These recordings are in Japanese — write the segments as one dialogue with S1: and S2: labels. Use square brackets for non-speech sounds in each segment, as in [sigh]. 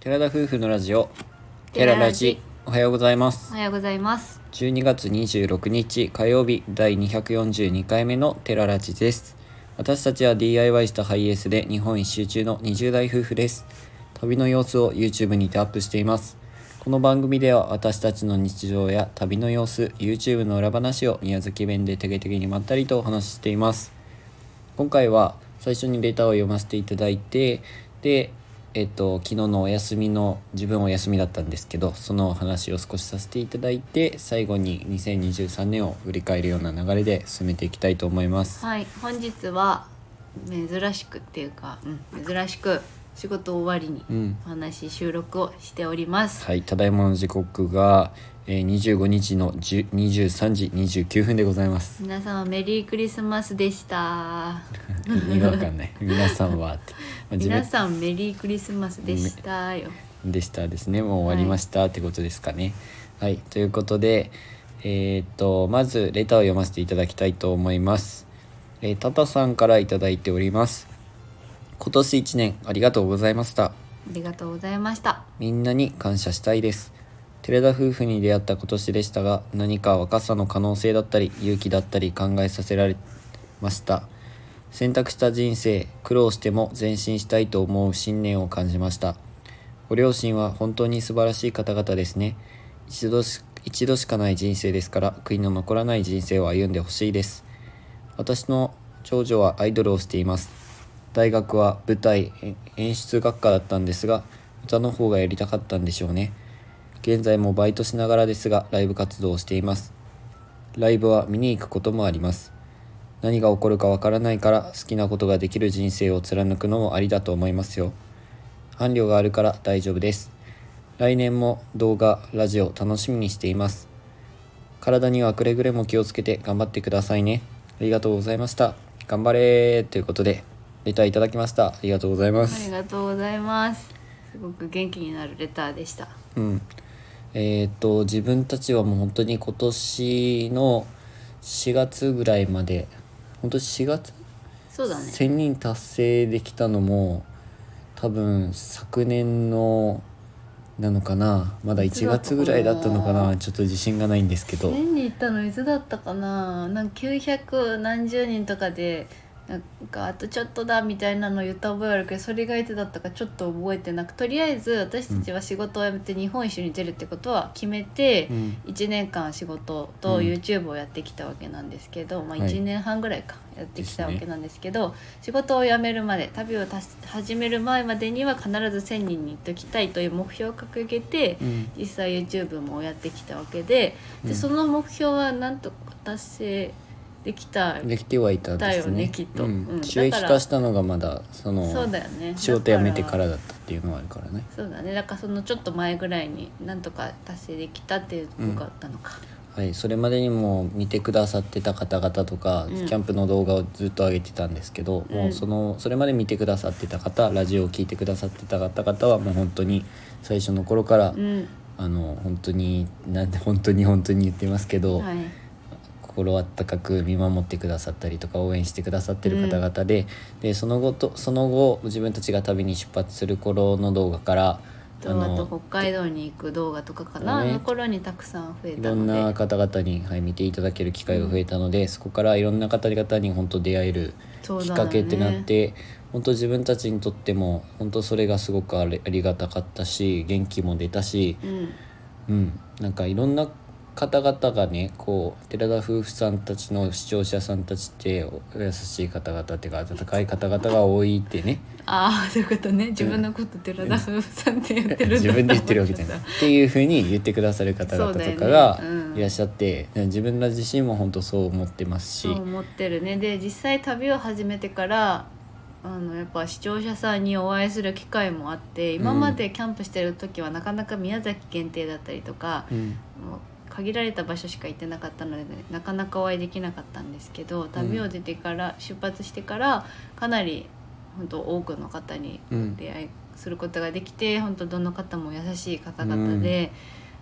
S1: 寺田夫婦のラジオ
S2: 寺
S1: 寺ラ
S2: ラ
S1: ジ
S2: ジ
S1: おはようございます
S2: おはようございます。
S1: 12月26日火曜日第242回目のテララジです私たちは DIY したハイエースで日本一周中の20代夫婦です旅の様子を YouTube にてアップしていますこの番組では私たちの日常や旅の様子 YouTube の裏話を宮崎弁でてげてげにまったりとお話ししています今回は最初にレターを読ませていただいてでえっと昨日のお休みの自分お休みだったんですけどそのお話を少しさせていただいて最後に2023年を振り返るような流れで進めていきたいと思います。
S2: はい、本日は珍しくっていうか、うん、珍しく仕事終わりに
S1: うん
S2: お話収録をしております。
S1: はい、ただいまの時刻が、えー、25日の10 23時29分でございます。
S2: 皆様メリークリスマスでした。
S1: 意味わかんない。皆さんはって。まあ自分
S2: 皆さんメリークリスマスでしたよ。
S1: でしたですねもう終わりましたってことですかね。はい、ということで、えーっとまずレターを読ませていただきたいと思います。えー、タタさんからいただいております。今年1年ありがとうございました。
S2: ありがとうございました。
S1: みんなに感謝したいです。寺田夫婦に出会った今年でしたが何か若さの可能性だったり勇気だったり考えさせられました選択した人生苦労しても前進したいと思う信念を感じましたご両親は本当に素晴らしい方々ですね一度し一度しかない人生ですから悔いの残らない人生を歩んでほしいです私の長女はアイドルをしています大学は舞台え演出学科だったんですが歌の方がやりたかったんでしょうね現在もバイトしながらですがライブ活動をしていますライブは見に行くこともあります何が起こるかわからないから好きなことができる人生を貫くのもありだと思いますよ伴侶があるから大丈夫です来年も動画ラジオ楽しみにしています体にはくれぐれも気をつけて頑張ってくださいねありがとうございました頑張れーということでレターいただきましたありがとうございま
S2: あ
S1: す
S2: りがとうございます。すごく元気になるレターでした。
S1: うん、えーっと自分たちはもう本当に今年の4月ぐらいまで本当4月、
S2: そうだね。
S1: 1000人達成できたのも多分昨年のなのかなまだ1月ぐらいだったのか
S2: いつだったか
S1: な
S2: な
S1: ちょっと自信がないんですけど
S2: 年に行ったのいつだったかななんか900何十人とかでなんかあとちょっとだみたいなの言った覚えあるけどそれがいつだったかちょっと覚えてなくとりあえず私たちは仕事を辞めて日本一周に出るってことは決めて
S1: う、ん
S2: 1年間仕事
S1: う
S2: と
S1: ん
S2: YouTube をやってきたわけなんですけど、まあ、
S1: はい
S2: 1年半ぐらいかやってきたわけなんですけど仕事を辞めるまで旅をたし始める前までには必ず1,000人に行っときたいという目標を掲げて、
S1: うん
S2: 実際 YouTube もやってきたわけでで、
S1: うん
S2: その目標はなんとか達成できた
S1: できてはいたんです
S2: だよ
S1: ね
S2: ねきっと
S1: うん
S2: うん
S1: 収益
S2: だから
S1: 化したのがまだその
S2: そうだよね
S1: 仕事辞めてか
S2: だ
S1: らだったっていうのはあるからね
S2: らそうだねだからそのちょっと前ぐらいになんとか達成できたっていうのがあったのか、
S1: はい、それまでにも見てくださってた方々とか、
S2: うん
S1: キャンプの動画をずっと上げてたんですけど、
S2: うん
S1: もうそのそれまで見てくださってた方ラジオを聞いてくださってた方々はもう本当に最初の頃から、
S2: うん、
S1: あの本当になんで本当に本当に言ってますけど、
S2: はい
S1: 心温かく見守ってくださったりとか応援してくださってる方々で,、でその後とその後自分たちが旅に出発する頃の動画から
S2: とあと北海道に行く動画とかかな、
S1: ね
S2: あの頃にたくさん増え
S1: い
S2: た
S1: ろん
S2: の
S1: な
S2: で
S1: 方々に、はい、見ていただける機会が増えたので、そこからいろんな方々に本当出会える
S2: そう
S1: きっ
S2: だ
S1: かけってな
S2: ね
S1: って、本当自分たちにとっても本当それがすごくありありがたかったし元気も出たし、
S2: うん
S1: うん、なんかいろんな方々がねこう寺田夫婦さんたちの視聴者さんたちっておお優しい方々っていうか温かい方々が多いってね
S2: ああそういうことね自分のこと寺田夫婦さんって言ってるんだ
S1: 自分で言ってるわけじゃないっていうふうに言ってくださる方々とかが
S2: そうだよねうん
S1: いらっしゃって、自分ら自身も本当そう思ってますし
S2: そう。思ってるねで実際旅を始めてからあのやっぱ視聴者さんにお会いする機会もあって今までキャンプしてる時はなかなか宮崎限定だったりとか、
S1: うん
S2: もう限られた場所しか行ってなかったので、なかなかお会いできなかったんですけど旅を出てから、出発してからかなり本当多くの方に
S1: うん
S2: 出会いすることができて本当どの方も優しい方々で、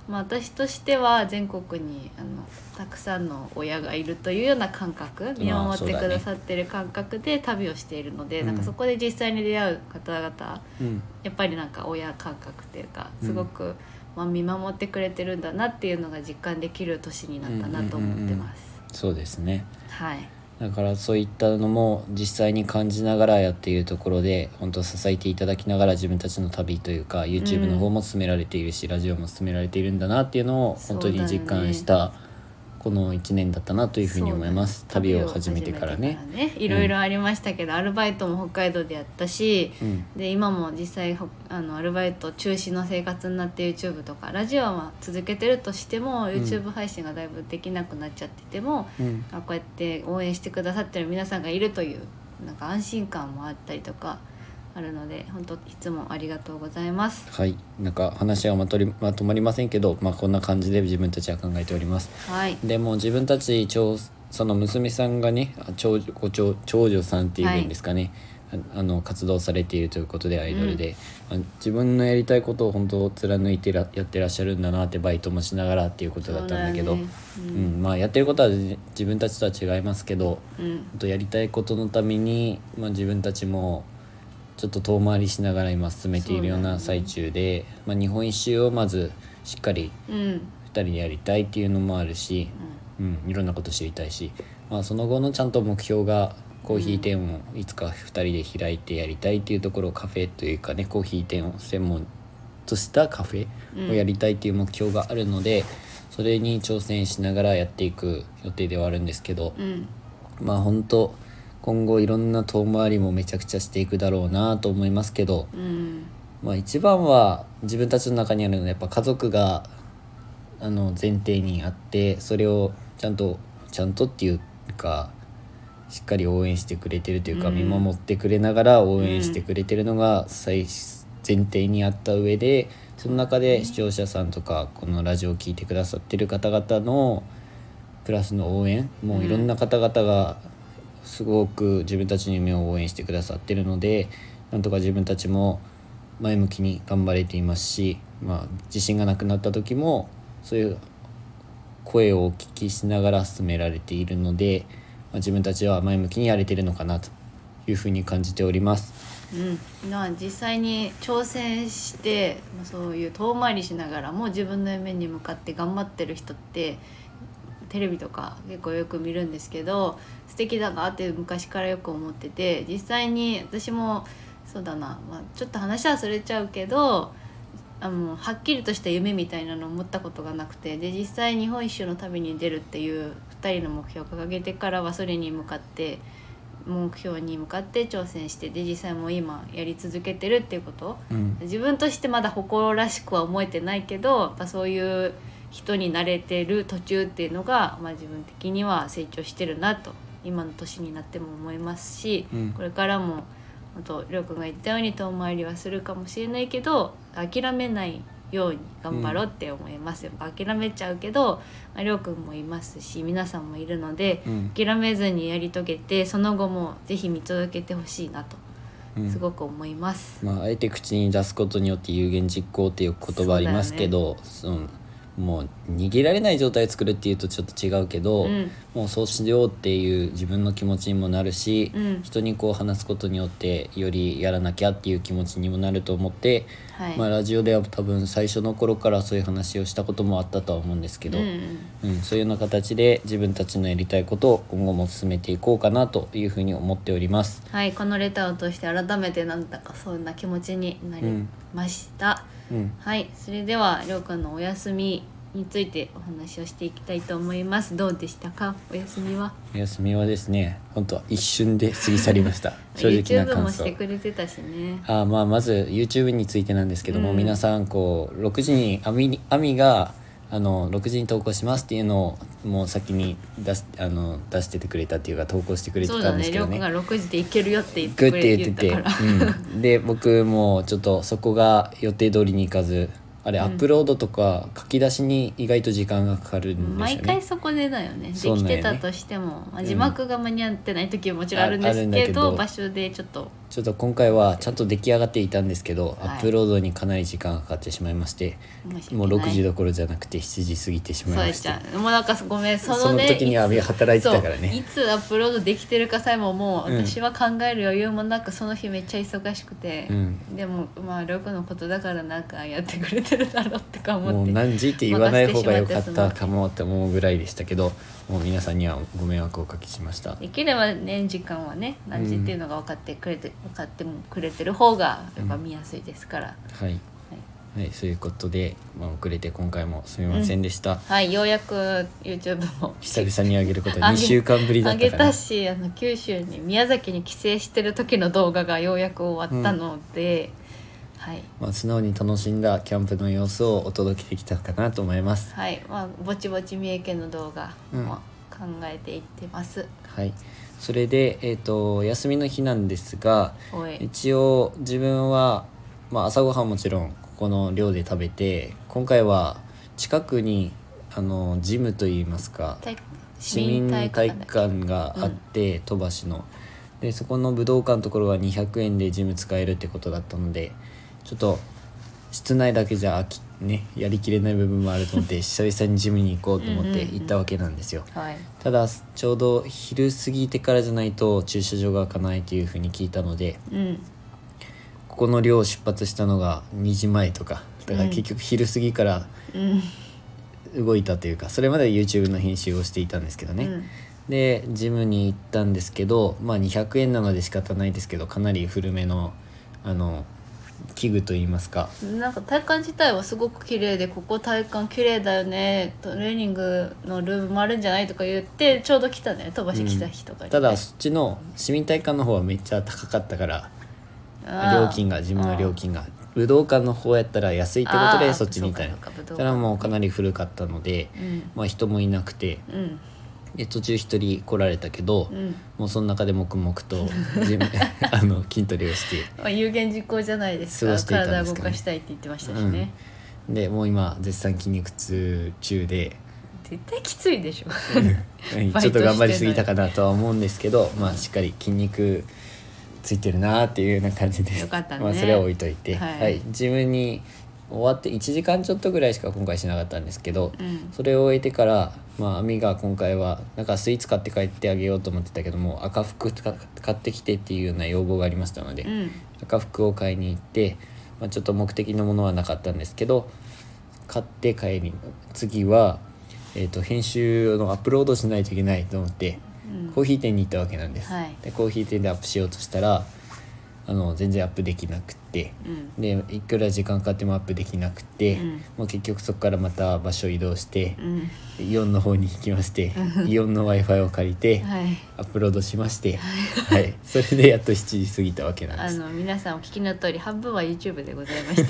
S2: まあ、私としては全国にあのたくさんの親がいるというような感覚見守ってくださってる感覚で旅をしているので、
S1: うん
S2: なんかそこで実際に出会う方々
S1: うん
S2: やっぱりなんか親感覚っていうか
S1: うん
S2: すごく、まあ、見守ってくれてるんだなっていうのが実感できる年になったなと思ってます。
S1: そうですね
S2: はい
S1: だからそういったのも実際に感じながらやっているところで本当支えていただきながら自分たちの旅というか YouTube の方も進められているし、ラジオも進められているんだなっていうのを本当に実感したこの1年だったなというふうに思います、
S2: そうだね
S1: 旅を始めてからね。
S2: 旅を始めてからねいろいろありましたけど、アルバイトも北海道でやったし、
S1: うん
S2: で今も実際ほあのアルバイト中止の生活になって YouTube とかラジオは続けてるとしても、YouTube 配信がだいぶできなくなっちゃってても
S1: うん
S2: あこうやって応援してくださってる皆さんがいるというなんか安心感もあったりとかあるので本当いつもありがとうございます。
S1: はい、なんか話はまとりまとまりませんけど、まあ、こんな感じで自分たちは考えております。
S2: はい、
S1: でも自分たち長その娘さんがねあ長女ご長長女さんっていうんですかね、ああの活動されているということでアイドルで、あ自分のやりたいことを本当貫いてらやってらっしゃるんだなってバイトもしながらっていうことだったんだけど
S2: そうよね
S1: うんまあ、やってることはじ自分たちとは違いますけど
S2: うんうん
S1: 本当やりたいことのために、まあ、自分たちもちょっと遠回りしながら今進めているような
S2: そうだよ
S1: 最中
S2: ね
S1: で、まあ、日本一周をまずしっかり
S2: うん
S1: 2人でやりたいっていうのもあるし。うん、いろんなこと知りたいし、まあ、その後のちゃんと目標がコーヒー店をいつか2人で開いてやりたいっていうところをカフェというかねコーヒー店を専門としたカフェをやりたいっていう目標があるので、それに挑戦しながらやっていく予定ではあるんですけど、
S2: うん
S1: まあ本当今後いろんな遠回りもめちゃくちゃしていくだろうなと思いますけど、
S2: うん
S1: まあ、一番は自分たちの中にあるのはやっぱ家族があの前提にあってそれをちゃんとちゃんとっていうかしっかり応援してくれてるというか、
S2: うん
S1: 見守ってくれながら応援してくれてるのが最前提にあった上でその中で視聴者さんとかこのラジオを聴いてくださってる方々のプラスの応援もういろんな方々がすごく自分たちの夢を応援してくださってるのでなんとか自分たちも前向きに頑張れていますし、まあ、自信がなくなった時もそういう声をお聞きしながら進められているので、まあ、自分たちは前向きにやれてるのかなというふうに感じております。
S2: うん、まあ実際に挑戦してまあそういう遠回りしながらも自分の夢に向かって頑張ってる人ってテレビとか結構よく見るんですけど素敵だなって昔からよく思ってて実際に私もそうだな、まあ、ちょっと話はそれちゃうけどあのはっきりとした夢みたいなのを持ったことがなくてで実際日本一周の旅に出るっていう2人の目標を掲げてからはそれに向かって目標に向かって挑戦してで実際もう今やり続けてるっていうこと
S1: うん
S2: 自分としてまだ誇らしくは思えてないけどやっぱそういう人になれてる途中っていうのが、まあ、自分的には成長してるなと今の年になっても思いますし、
S1: うん
S2: これからも本当りょうくんが言ったように遠回りはするかもしれないけど諦めないように頑張ろうって思います、やっぱ諦めちゃうけど、まあ、りょうくんもいますし皆さんもいるので、
S1: うん
S2: 諦めずにやり遂げてその後もぜひ見届けてほしいなと
S1: うん
S2: すごく思います。
S1: まあ、あえて口に出すことによって有言実行っていう言葉ありますけどそ、のもう逃げられない状態を作るっていうとちょっと違うけど、
S2: うん
S1: もうそうしようっていう自分の気持ちにもなるし、
S2: うん
S1: 人にこう話すことによってよりやらなきゃっていう気持ちにもなると思って、
S2: はい、
S1: まあ、ラジオでは多分最初の頃からそういう話をしたこともあったとは思うんですけど、
S2: う
S1: うんんそういうような形で自分たちのやりたいことを今後も進めていこうかなというふうに思っております。
S2: はい、このレターを通して改めてなんだかそんな気持ちになりました、
S1: うん
S2: はいそれではりょうくんのお休みについてお話をしていきたいと思いますどうでしたかお休みは
S1: お休みはですね本当は一瞬で過ぎ去りました
S2: [laughs]
S1: 正直な
S2: YouTube も
S1: 感
S2: し
S1: 想
S2: てくれてたしね
S1: あーまあまず YouTube についてなんですけども、
S2: うん
S1: 皆さんこう6時にアミにアミがあの6時に投稿しますっていうのをもう先に出しあの出しててくれたっていうか投稿してくれて
S2: そう
S1: た
S2: だ
S1: んです
S2: ね
S1: け
S2: り
S1: ど
S2: ょうくん
S1: ね
S2: が6時で行けるよって言っ
S1: グ
S2: て
S1: ッ
S2: く
S1: て
S2: れ
S1: 言って
S2: 言
S1: て
S2: ったから
S1: うん、で僕もちょっとそこが予定通りにいかずあれ、
S2: うん
S1: アップロードとか書き出しに意外と時間がかかるんですよね
S2: 毎回そこでだよねで
S1: そうな
S2: き
S1: んよね
S2: てたとしても、まあ
S1: うん
S2: 字幕が間に合ってない時ももちろんあるんです
S1: ああるん
S2: け
S1: だけ
S2: ど
S1: ど
S2: 場所でちょっと
S1: ちょっと今回はちゃんと出来上がっていたんですけど、
S2: はい
S1: アップロードにかなり時間がかかってしまいましてもう6時どころじゃなくて7時過ぎてしま
S2: そう
S1: い
S2: で
S1: ま
S2: し
S1: した
S2: たもうなんかごめんその,、ね、
S1: その時には働いてたからね
S2: そういつアップロードできてるかさえももう
S1: うん
S2: 私は考える余裕もなくその日めっちゃ忙しくて、
S1: うん
S2: でもまあロクのことだからなんかやってくれてるだろうってか思って
S1: もう何時って言わない方が良かったかもって思うぐらいでしたけどもう皆さんにはご迷惑をおかけしました
S2: できればね時間はね何時っていうのが分かってくれて、分かってもくれてる方がやっぱ見やすいですから、
S1: はい、はい、そういうことで、まあ、遅れて今回もすみませんでした、
S2: はいようやく YouTube も
S1: 久々にあげること
S2: あ
S1: は2
S2: げ
S1: 週間ぶりだ
S2: あ
S1: った
S2: げ
S1: から
S2: たしあの九州に宮崎に帰省してる時の動画がようやく終わったので、はい
S1: まあ、素直に楽しんだキャンプの様子をお届けできたかなと思います
S2: はいまあぼちぼち三重県の動画も考えていってます、
S1: はいそれでえっ、と休みの日なんですが
S2: おい
S1: 一応自分は、まあ、朝ごはんもちろんここの寮で食べて今回は近くにあのジムといいますか
S2: 体市
S1: 市
S2: 民
S1: 民
S2: 体
S1: 体
S2: 育館だっ
S1: 育館があって、鳥羽市のでそこの武道館のところは200円でジム使えるってことだったのでちょっと室内だけじゃ飽きねやりきれない部分もあると思って
S2: [laughs]
S1: 久々にジムに行こうと思っ
S2: うんうん
S1: て
S2: うん
S1: 行ったわけなんですよ、
S2: けはい
S1: ただちょうど昼過ぎてからじゃないと駐車場が開かないというふうに聞いたので
S2: うん
S1: ここの寮を出発したのが2時前とかだか
S2: うん
S1: ら結局昼過ぎから
S2: うん
S1: 動いたというか、それまで YouTube の編集をしていたんですけどね、
S2: うん
S1: でジムに行ったんですけど、まあ、200円なので仕方ないですけどかなり古めのあの器具といいますか
S2: なんか体感自体はすごく綺麗でここ体感綺麗だよねトレーニングのルームもあるんじゃないとか言ってちょうど来たね飛ばし来た日とかにね、
S1: ただそっちの市民体育館の方はめっちゃ高かったから
S2: あー
S1: 料金がジムの料金が武道館の方やったら安いってこ
S2: あ
S1: と
S2: ー
S1: でそっちに行った
S2: そうかそうか
S1: の
S2: 武道館
S1: ただもうかなり古かったので、
S2: うん
S1: まあ、人もいなくて
S2: うん
S1: で途中一人来られたけど、
S2: うん
S1: もうその中で黙々
S2: [laughs]
S1: とジム [laughs] あの筋トレをして。
S2: まあ有言実行じゃないで
S1: 過
S2: すか
S1: ごしていたん
S2: 体
S1: で
S2: 動
S1: すかね
S2: かしたいって言ってましたしね、
S1: でもう今絶賛筋肉痛中で
S2: 絶対きついでしょ
S1: はいちょっと頑張りすぎたかなとは思うんですけど、まあ、しっかり筋肉ついてるなっていうような感じです
S2: よかったね
S1: まあ、それは置いといて、
S2: はい
S1: 自分に終わって1時間ちょっとぐらいしか今回しなかったんですけど、
S2: うん
S1: それを終えてから、まあ、網が今回はなんかスイーツ買って帰ってあげようと思ってたけども赤服とか買ってきてっていうような要望がありましたので、
S2: うん
S1: 赤服を買いに行って、まあ、ちょっと目的のものはなかったんですけど買って帰り次は、えー、と編集のアップロードしないといけないと思って
S2: うん
S1: コーヒー店に行ったわけなんです、
S2: はい
S1: でコーヒー店でアップしようとしたらあの全然アップできなくって
S2: うん
S1: でいくら時間かかってもアップできなくて、
S2: うん
S1: もう結局そこからまた場所移動して
S2: う、ん
S1: イオンの方に行きましてイオンの w i f i を借りて、
S2: はい
S1: アップロードしまして、はい、それでやっと7時過ぎたわけなんで
S2: あ
S1: す。
S2: の皆さんお聞きの通り半分は YouTube でござい
S1: [laughs]
S2: まし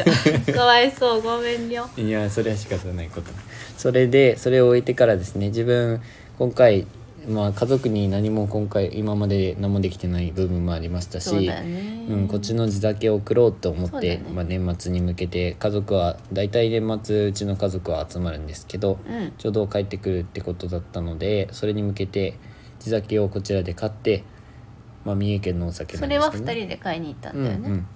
S2: たかわいそうごめんよ
S1: いやそれは仕方ないことそれでそれを置いてからですね自分今回まあ家族に何も今回今まで何もできてない部分もありましたし
S2: そうだね
S1: うん、こっちの地酒を送ろうと思
S2: そ
S1: っ
S2: うだ
S1: て、
S2: ね
S1: まあ、年末に向けて家族は大体年末うちの家族は集まるんですけど、
S2: うん
S1: ちょうど帰ってくるってことだったのでそれに向けて地酒をこちらで買って、まあ、三重県のお酒な
S2: そ
S1: ん
S2: れ
S1: です
S2: は
S1: け
S2: 二
S1: ど、ね、
S2: 人で買いに行ったんだよね
S1: うんうん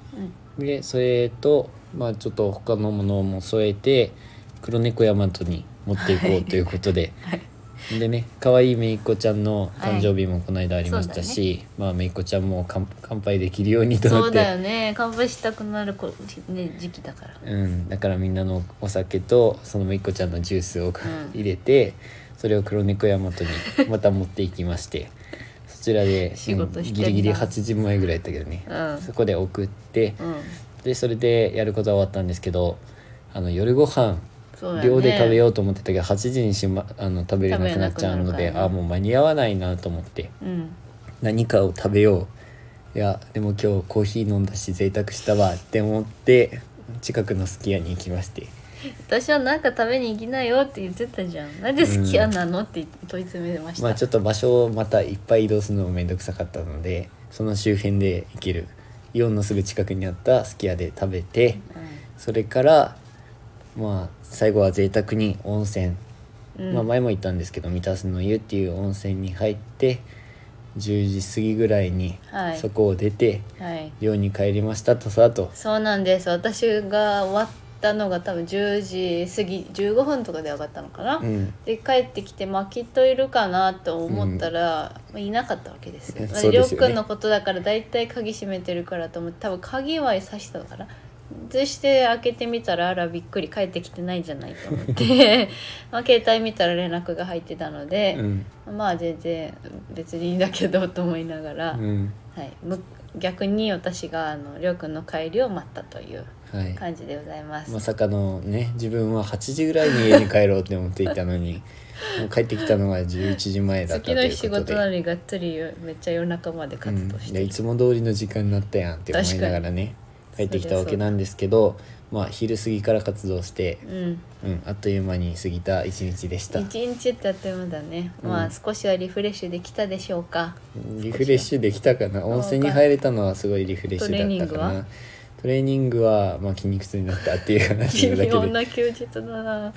S2: うん
S1: でそれと、まあ、ちょっと他のものも添えて黒猫ヤマトに持っていこうということで、
S2: はい
S1: でね可愛いめいっ子ちゃんの
S2: はい
S1: 誕生日もこの間ありましたし、まあめいっ子ちゃんも乾乾杯できるようにと
S2: そ
S1: 思
S2: う
S1: っ
S2: だ
S1: て
S2: よね乾杯したくなるこ、ね、時期だから
S1: うん、だからみんなのお酒とそのめいっ子ちゃんのジュースを
S2: ん
S1: 入れて、それを黒猫ヤマトにまた持っていきまして。そちらで、
S2: 仕事してんだ
S1: ギリギリ8時前ぐらいだったけどね、
S2: うん
S1: そこで送って、
S2: うん
S1: でそれでやることは終わったんですけどあの夜ご飯
S2: そうだね
S1: 寮で食べようと思ってたけど8時にし、ま、あの食べれなくなっちゃうの
S2: 食べれ
S1: で
S2: なくなるからね
S1: あもう間に合わないなと思って
S2: うん
S1: 何かを食べよういやでも今日コーヒー飲んだし贅沢したわって思って近くのすき家に行きまして
S2: 私はなんか食べに行きなよって言ってたじゃんなんで好きやなのって問い詰めてました、
S1: まあちょっと場所をまたいっぱい移動するのも面倒くさかったのでその周辺で行けるイオンのすぐ近くにあったすき家で食べてそれからまあ最後は贅沢に温泉
S2: うん、うん
S1: まあ、前も言ったんですけど三田洲の湯っていう温泉に入って10時過ぎぐらいに
S2: はい
S1: そこを出て
S2: はい
S1: 寮に帰りましたとさと
S2: そうなんです私が終わったのが多分10時過ぎ15分とかで上がったのかな、
S1: うん
S2: で帰ってきて、まあ、きっといるかなと思ったら、まあ、いなかったわ
S1: [laughs]
S2: けですよ。まあ
S1: そう
S2: り
S1: で
S2: ょう
S1: すよね
S2: くんのことだから大体鍵閉めてるからと思って多分鍵は刺したのかな。そして開けてみたらあらびっくり帰ってきてないじゃないと思って
S1: [laughs]
S2: まあ携帯見たら連絡が入ってたの
S1: う
S2: で、
S1: ん
S2: まあ全然別にいいんだけどと思いながら、
S1: うん
S2: はい、む逆に私があのりょうくんの帰りを待ったという
S1: はい
S2: 感じでございます。
S1: まさかのね自分は8時ぐらいに家に帰ろうって思っていたの
S2: [laughs]
S1: にもう帰ってきたのが11時前だったと
S2: 次
S1: いう
S2: の
S1: こ
S2: 日仕
S1: とで
S2: 事なのにがっつりめっちゃ夜中まで活動し
S1: うん、
S2: て
S1: いつも通りの時間になったやんって思いながらね帰
S2: 確かに
S1: ってきたわけなんですけどまあ昼過ぎから活動して、
S2: うん
S1: うん、あっという間に過ぎた一日でした
S2: 一日ってあっという間だね、
S1: うん
S2: まあ少しはリフレッシュできたでしょうか
S1: リフレッシュできたかな温泉に入れたのはすごいリフレッシュだったかなトレーニングは、まあ、筋肉痛になったっていう話
S2: 微
S1: だけで、
S2: 妙
S1: う
S2: [laughs] な休日だな、
S1: ん、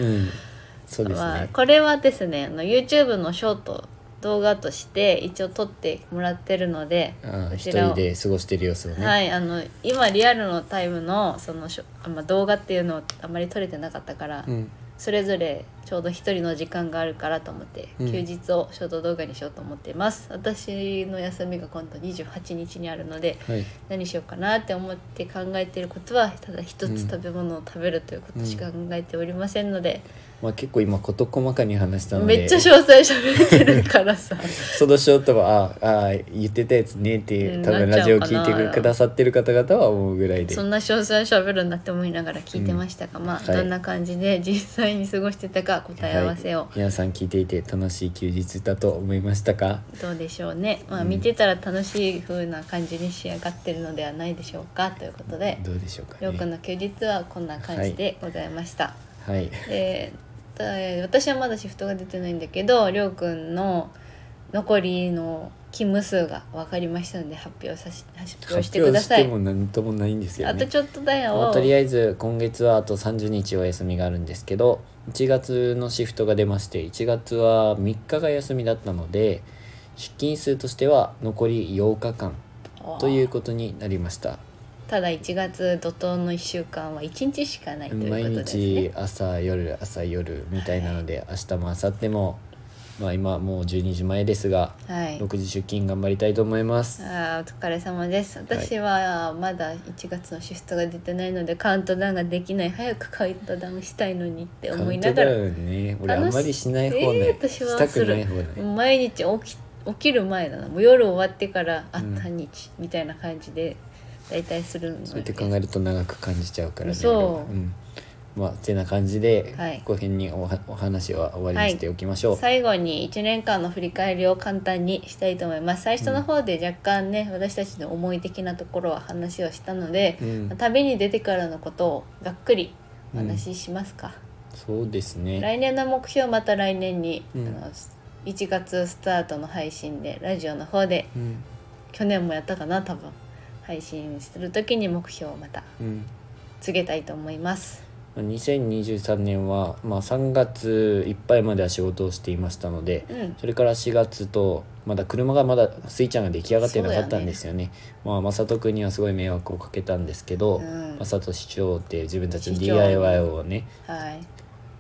S1: そうです
S2: まあ
S1: ね、
S2: これはですねあの YouTube のショート動画として一応撮ってもらってるので
S1: ああ
S2: こ
S1: 一
S2: ちら
S1: 人
S2: を
S1: で過ごしてる様子をね、
S2: はい、あの今リアルのタイムのそのショあまあ動画っていうのをあまり撮れてなかったから、
S1: うん、
S2: それぞれちょうど一人の時間があるからと思って、
S1: うん
S2: 休日をショート動画にしようと思っています私の休みが今度28日にあるので
S1: はい
S2: 何しようかなって思って考えていることはただ一
S1: うん
S2: つ食べ物を食べるということしか考えておりませんので、
S1: まあ、結構今事細かに話したので
S2: めっちゃ詳細喋ってるか
S1: [laughs]
S2: らさ
S1: そのショートはああ言ってたやつねっていううん多分
S2: なっ
S1: ラ
S2: ち
S1: ジ
S2: ゃ
S1: オ
S2: うかな
S1: 聞いてくださってる方々は思うぐらいで
S2: そんな詳細喋るんだって思いながら聞いてましたが、まあ、
S1: はい
S2: どんな感じで [laughs] 実際に過ごしてたか答え合わせを、
S1: はい皆さん聞いていて楽しい休日だと思いましたか
S2: どうでしょうね、まあ、
S1: うん
S2: 見てたら楽しい風な感じに仕上がってるのではないでしょうかということで、
S1: どうでしょうか
S2: りょうくん
S1: ね
S2: の休日はこんな感じでございました、
S1: はい
S2: でえー私はまだシフトが出てないんだけどりょうくんの残りの勤務数が分かりましたので発表さし発表し
S1: 発
S2: てく
S1: 表
S2: だ
S1: し
S2: さい
S1: ても何ともないんですよ
S2: あと
S1: ね
S2: ちょっとだ
S1: ま
S2: よ
S1: あとりあえず今月はあと30日お休みがあるんですけど1月のシフトが出まして1月は3日が休みだったので出勤数としては残り8日間ということになりました
S2: ただ1月怒涛の1週間は1日しかないということ
S1: 毎
S2: ですね
S1: 日朝夜朝夜みたいなので、明日も明後日もまあ今もう12時前ですが
S2: はい
S1: 6時出勤頑張りたいと思います
S2: あーお疲れ様です私はまだ1月のシフトが出てないのでカウントダウンができない早くカウントダウンしたいのにって
S1: カ
S2: 思
S1: ウ
S2: い
S1: ン
S2: な
S1: ト
S2: が
S1: ダ
S2: ら
S1: ウンね俺あ
S2: 楽し
S1: んまりしない方ね、
S2: えー私は
S1: したくない方ね、
S2: 毎日起き起きる前だなもう夜終わってからあ
S1: うん
S2: 半日みたいな感じで大体するので
S1: そうやって考えると長く感じちゃうからね
S2: そう
S1: 俺はん、まあてな感じで、
S2: はい
S1: ここ辺におはお話は終わりにしておきましょう、
S2: 最後に1年間の振り返りを簡単にしたいと思います最初の方で若干ね、私たちの思い的なところは話をしたので、
S1: うん
S2: 旅に出てからのことをざっくりお話ししますか、
S1: そうですね
S2: 来年の目標また来年に、
S1: うん
S2: あの1月スタートの配信でラジオの方で
S1: うん
S2: 去年もやったかな多分配信する時に目標をまた
S1: うん
S2: 告げたいと思います
S1: まあ2023年は、まあ、3月いっぱいまでは仕事をしていましたので、
S2: うん
S1: それから4月とまだ車がまだスイちゃんが出来上がってなかったんですよねまあ正人君にはすごい迷惑をかけたんですけど、
S2: うん
S1: 正人市長って自分たちの
S2: 市長
S1: DIY をね
S2: はい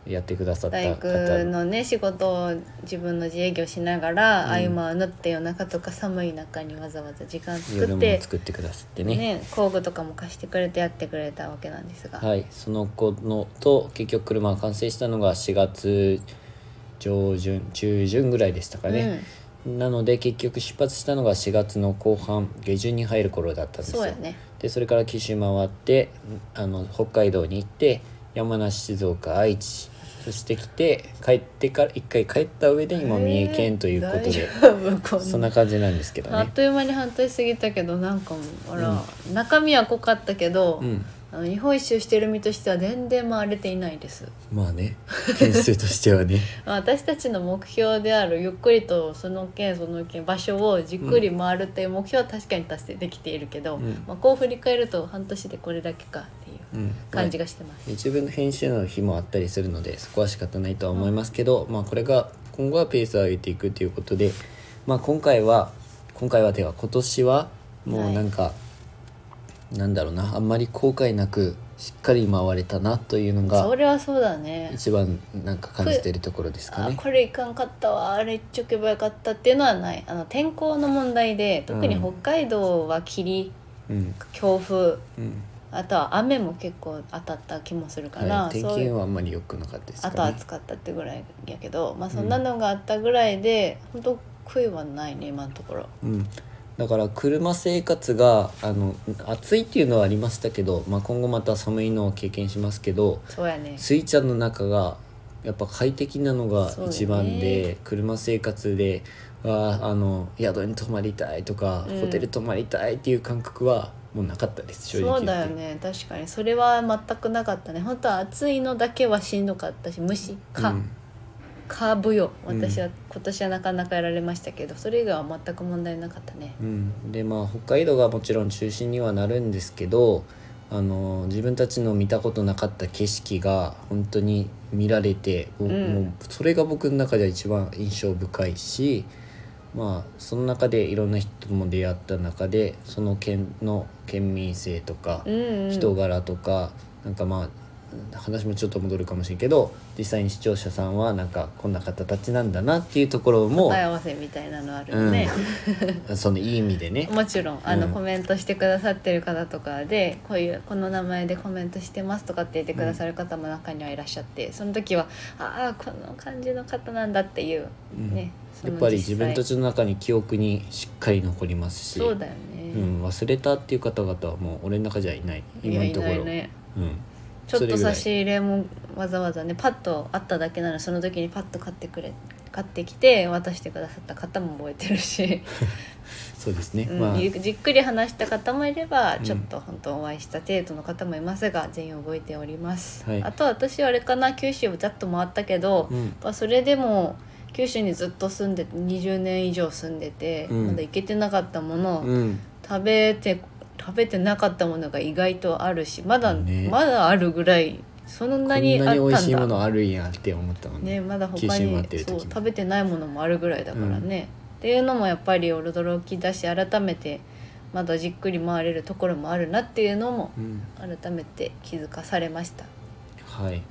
S1: やってくださった
S2: 大
S1: 方
S2: 工のね仕事を自分の自営業しながら、
S1: うん
S2: 合間を縫って夜中とか寒い中にわざわざ時間作
S1: 夜
S2: っ
S1: も
S2: て
S1: 作ってくださってね
S2: ね工具とかも貸してくれてやってくれたわけなんですが、
S1: はいその子のと結局車が完成したのが4月上旬中旬ぐらいでしたかね、なので結局出発したのが4月の後半下旬に入る頃だったん
S2: う
S1: で
S2: ん、
S1: すよ
S2: そうやね
S1: でそれから九州回ってあの北海道に行って山梨静岡愛知そして来て帰ってから一回帰った上で今三重県ということで
S2: えー大丈夫こんな
S1: そんな感じなんですけど
S2: あっ
S1: ね。
S2: という間に半年過ぎたけどなんかもうあら、中身は濃かったけど、
S1: うん、
S2: あの日本一周してる身としては全然回れていないです、
S1: まあね件数としてはね
S2: まあ私たちの目標であるゆっくりとその県その県場所をじっくり回るっていう目標は確かに達成できているけど、
S1: うん
S2: まあ、こう振り返ると半年でこれだけかっていう [laughs]
S1: うん
S2: 感じがしてます、
S1: 自分の編集の日もあったりするのでそこは仕方ないとは思いますけど、まあこれが今後はペースを上げていくということで、まあ、今回は今回はでは今年はもうなんか、なんだろうなあんまり後悔なくしっかり回れたなというの
S2: そ
S1: が
S2: れはそうだね
S1: 一番なんか感じているところですか
S2: あ
S1: ね。
S2: これいかんかったわあれ行っちょけばよかったっていうのはないあの天候の問題で特に
S1: う
S2: 北
S1: ん
S2: 海道は霧
S1: うん
S2: 強風
S1: うん
S2: あとは雨も結構当たった気もするから、
S1: はい、天
S2: そう
S1: 気はあんまり良くなかったです
S2: あと
S1: かね
S2: 暑。かったってぐらいやけど、まあ、そんなのがあったぐらいで、本当悔いはないね今のところ
S1: うん、だから車生活があの暑いっていうのはありましたけど、まあ、今後また寒いのを経験しますけど
S2: そうやね
S1: スイちゃんの中がやっぱ快適なのが
S2: そうだね
S1: 一番で、車生活であーあの宿に泊まりたいとか、
S2: うん
S1: ホテル泊まりたいっていう感覚はもうなかったです正直
S2: そう
S1: 言って
S2: だよね確かにそれは全くなかったね本当は暑いのだけはしんどかったし虫か、
S1: うん
S2: かぶよ
S1: うん
S2: 私は、今年はなかなかやられましたけどそれ以外は全く問題なかったね
S1: うん、でまあ北海道がもちろん中心にはなるんですけどあの自分たちの見たことなかった景色が本当に見られて、もう
S2: うん
S1: もうそれが僕の中では一番印象深いしまあその中でいろんな人とも出会った中でその県の県民性とか
S2: うん、うん、
S1: 人柄とか、なんかまあ話もちょっと戻るかもしれんけど実際に視聴者さんはなんかこんな方たちなんだなっていうところも
S2: 答え合わせみたいなのあるよね、
S1: そのいい意味でね。
S2: もちろんあの、
S1: うん
S2: コメントしてくださってる方とかでこういうこの名前でコメントしてますとかって言ってくださる方も中にはいらっしゃって、その時はああこの感じの方なんだっていう
S1: うん
S2: ね、そ
S1: や
S2: の
S1: っぱり
S2: 実
S1: 自
S2: 際
S1: 分たちの中に記憶にしっかり残りますし
S2: そうだよね、
S1: うん、忘れたっていう方々はもう俺の中じゃいない
S2: い
S1: 今
S2: や
S1: の
S2: い
S1: とこ
S2: な
S1: ろ
S2: いね
S1: うん、
S2: ちょっと差し
S1: それ
S2: 入れもわざわざねパッとあっただけならその時にパッと買ってくれ買ってきて渡してくださった方も覚えてるし、
S1: そうですね、
S2: うん
S1: まあ
S2: ゆじっくり話した方もいれば、
S1: うん
S2: ちょっと本当お会いした程度の方もいますが全員覚えております、
S1: はい
S2: あと私はあれかな九州をざっと回ったけど、
S1: う
S2: やっ
S1: ん、
S2: ぱそれでも九州にずっと住んで20年以上住んでて、
S1: うん
S2: まだ行けてなかったもの、
S1: うん、
S2: 食べて食べてなかったものが意外とあるしまだ、
S1: ね
S2: まだあるぐらいそん
S1: こん
S2: な
S1: な
S2: に
S1: に
S2: あったんだ
S1: 美味しいものあるんやって思ったもん
S2: ねまだ
S1: 九
S2: 他
S1: 州
S2: に
S1: 回ってる時
S2: そう
S1: も
S2: 食べてないものもあるぐらいだからね、っていうのもやっぱり驚きだし改めてまだじっくり回れるところもあるなっていうのも
S1: うん、
S2: 改めて気づかされました
S1: はい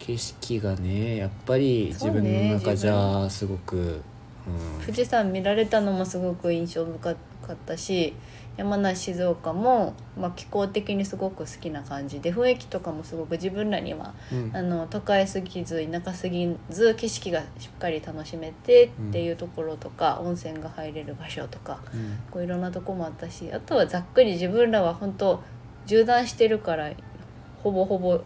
S1: 景色がねやっぱり自
S2: そう
S1: 分
S2: ね
S1: の中じゃすごく
S2: 富士山見られたのもすごく印象深かったし山梨静岡も、まあ、気候的にすごく好きな感じで雰囲気とかもすごく自分らには
S1: うん、うん
S2: あの都会すぎず田舎すぎず景色がしっかり楽しめてっていうところとか、温泉が入れる場所とか
S1: うん
S2: こういろんなとこもあったしあとはざっくり自分らは本当縦断してるからほぼほぼ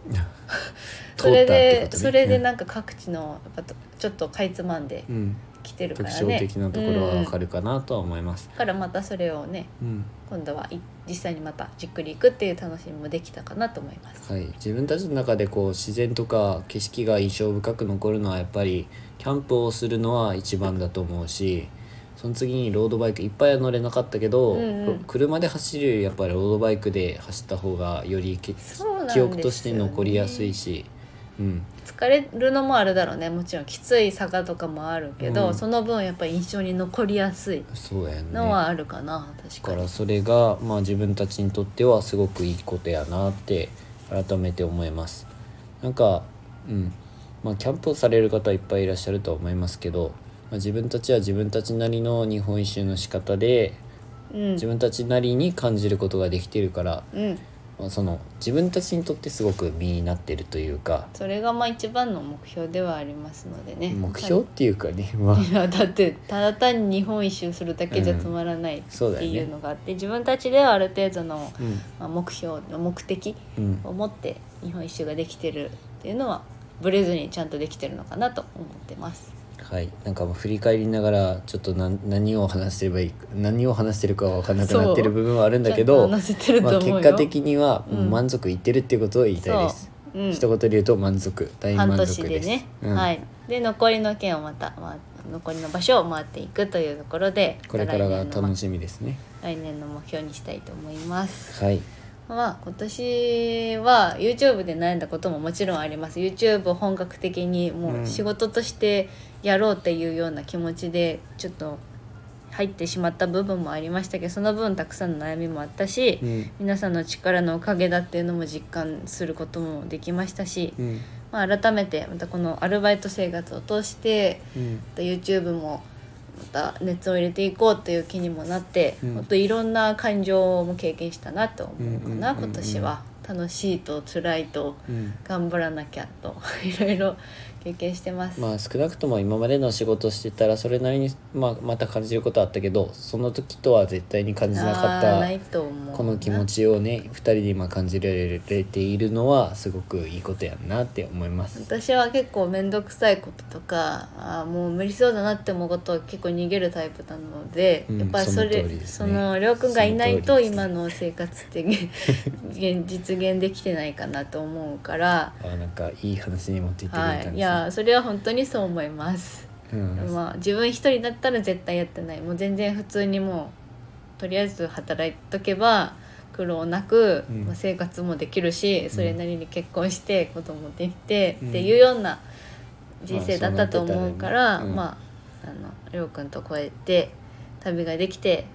S1: 通
S2: そ
S1: った
S2: れ
S1: って
S2: で、
S1: ことね
S2: それでなんか各地のやっぱちょっとかいつまんで
S1: うんうん
S2: 来てるか
S1: 特徴
S2: らね。
S1: 的なところは
S2: うん
S1: わかるかなとは思います、
S2: だからまたそれをね
S1: うん
S2: 今度はい実際にまたじっくり行くっていう楽しみもできたかなと思います。
S1: はい、自分たちの中でこう自然とか景色が印象深く残るのはやっぱりキャンプをするのは一番だと思うしその次にロードバイクいっぱいは乗れなかったけど、
S2: うんうん
S1: 車で走るよりやっぱりロードバイクで走った方がよりけ
S2: そうなんです
S1: 記
S2: よね
S1: 憶として残りやすいし、うん、
S2: 疲れるのもあるだろうねもちろんきつい坂とかもあるけど、
S1: うん
S2: その分やっぱり印象に残りやすい
S1: そうやね
S2: のはあるかな、確
S1: だか
S2: からに。
S1: それが、まあ、自分たちにとってはすごくいいことやなって改めて思いますなんかうんまあキャンプをされる方いっぱいいらっしゃるとは思いますけど、まあ、自分たちは自分たちなりの日本一周の仕方で
S2: うん
S1: 自分たちなりに感じることができてるから、
S2: うん、
S1: まあ、その自分たちにとってすごく身になってるというか
S2: それがまあ一番の目標ではありますのでね
S1: 目標っていうかね、まあ
S2: いやだってただ単に日本一周するだけじゃつまらないっ
S1: そうだ
S2: て
S1: よ
S2: い
S1: ね
S2: うのがあって、自分たちではある程度の、
S1: うん
S2: まあ、目標目的
S1: うん
S2: を持って日本一周ができてるっていうのはブレずにちゃんとできてるのかなと思ってます。
S1: はい、なんかもう振り返りながらちょっと何何を話してればいい何を話してるかは分からなくなってる部分はあるんだけ
S2: ちゃ
S1: ど
S2: んと話せてると
S1: ま
S2: 思
S1: あ、
S2: うよ、
S1: 結果的には
S2: うん
S1: もう満足いってるっていうことを言いたいです、
S2: そう、うん、
S1: 一言で言うと満足大満
S2: 半
S1: 足で
S2: 年
S1: す
S2: でね、
S1: うん
S2: はいで残りの県をまた、まあ、残りの場所を回っていくというところで
S1: これからが
S2: 来年の
S1: 楽しみですね
S2: 来年の目標にしたいと思います
S1: はい
S2: まあ今年は YouTube で悩んだことももちろんあります YouTube を本格的にもう仕事としてやろうっていうような気持ちでちょっと入ってしまった部分もありましたけどその分たくさんの悩みもあったし、
S1: うん
S2: 皆さんの力のおかげだっていうのも実感することもできましたし、
S1: うん
S2: まあ、改めてまたこのアルバイト生活を通して
S1: うん
S2: また YouTube もまた熱を入れていこうという気にもなって、
S1: うん
S2: もっといろんな感情も経験したなと思うかな、
S1: うんうんうんうん
S2: 今年は楽しいと辛いと
S1: うん
S2: 頑張らなきゃと [laughs] いろいろ経験してます、
S1: まあ少なくとも今までの仕事してたらそれなりに、まあ、また感じることはあったけどその時とは絶対に感じなかっ
S2: あーない
S1: た
S2: と思う
S1: この気持ちをね2人で今感じられているのはすごくいいことやんなって思います。
S2: 私は結構面倒くさいこととかあーもう無理そうだなって思うことは結構逃げるタイプなので、
S1: うん
S2: やっぱりそ
S1: そ
S2: れ
S1: の通りですね
S2: そのりょうくんがいない
S1: その
S2: と
S1: 通りですね
S2: 今の生活って現 [laughs] 現実現できてないかなと思うから。
S1: あーなんかいい話に持っていってくれた
S2: は
S1: んです、
S2: い、
S1: ね
S2: いやそれは本当にそう思います、
S1: うん、
S2: まあ、自分一人だったら絶対やってないもう全然普通にもうとりあえず働いとけば苦労なく、
S1: うん
S2: まあ、生活もできるしそれなりに結婚して子供できて、
S1: うん
S2: っていうような人生だったと思うから、
S1: まあそうなってたらねうん
S2: まああのりょうくんとこうやって旅ができて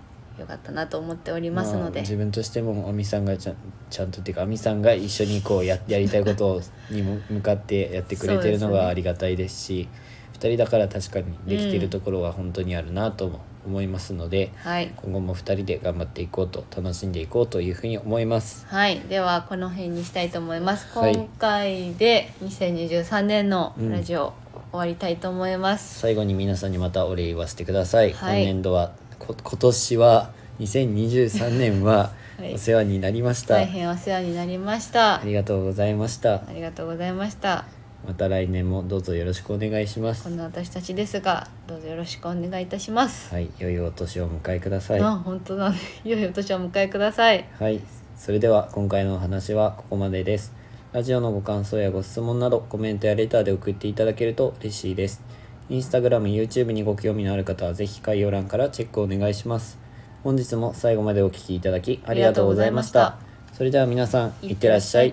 S2: よかったなと思っておりますの
S1: まあ
S2: で、
S1: 自分としても亜美さんがちゃんちゃんとっていうか亜美さんが一緒にこうややりたいことにも向かってやってくれてるの
S2: そうですね
S1: がありがたいですし二2人だから確かにできてるところは本当にあるなとも思いますので、
S2: はい、
S1: 今後も2人で頑張っていこうと楽しんでいこうというふうに思います。
S2: はい、ではこの辺にしたいと思います。
S1: はい
S2: 今回で2023年のラジオ終わりたいと思います。
S1: 最後に皆さんにまたお礼言わせてください、
S2: はい
S1: 今年度はこ今年は2023年は
S2: はい
S1: お世話になりました、
S2: 大変お世話になりまし
S1: あ。
S2: た
S1: りがとうございました
S2: ありがとうございました。
S1: また来年もどうぞよろしくお願いします
S2: こんな私たちですが、どうぞよろしくお願いいたします。
S1: はい、良いお年をお迎えください。
S2: あ、本当だね。 [laughs] 良いお年をお迎えください。
S1: はい、それでは今回のお話はここまでです。ラジオのご感想やご質問などコメントやレターで送っていただけると嬉しいです。インスタグラム、YouTube にご興味のある方はぜひ概要欄からチェックお願いします。本日も最後までお聴きいただきありがとうございました。それでは皆さん、いってらっしゃい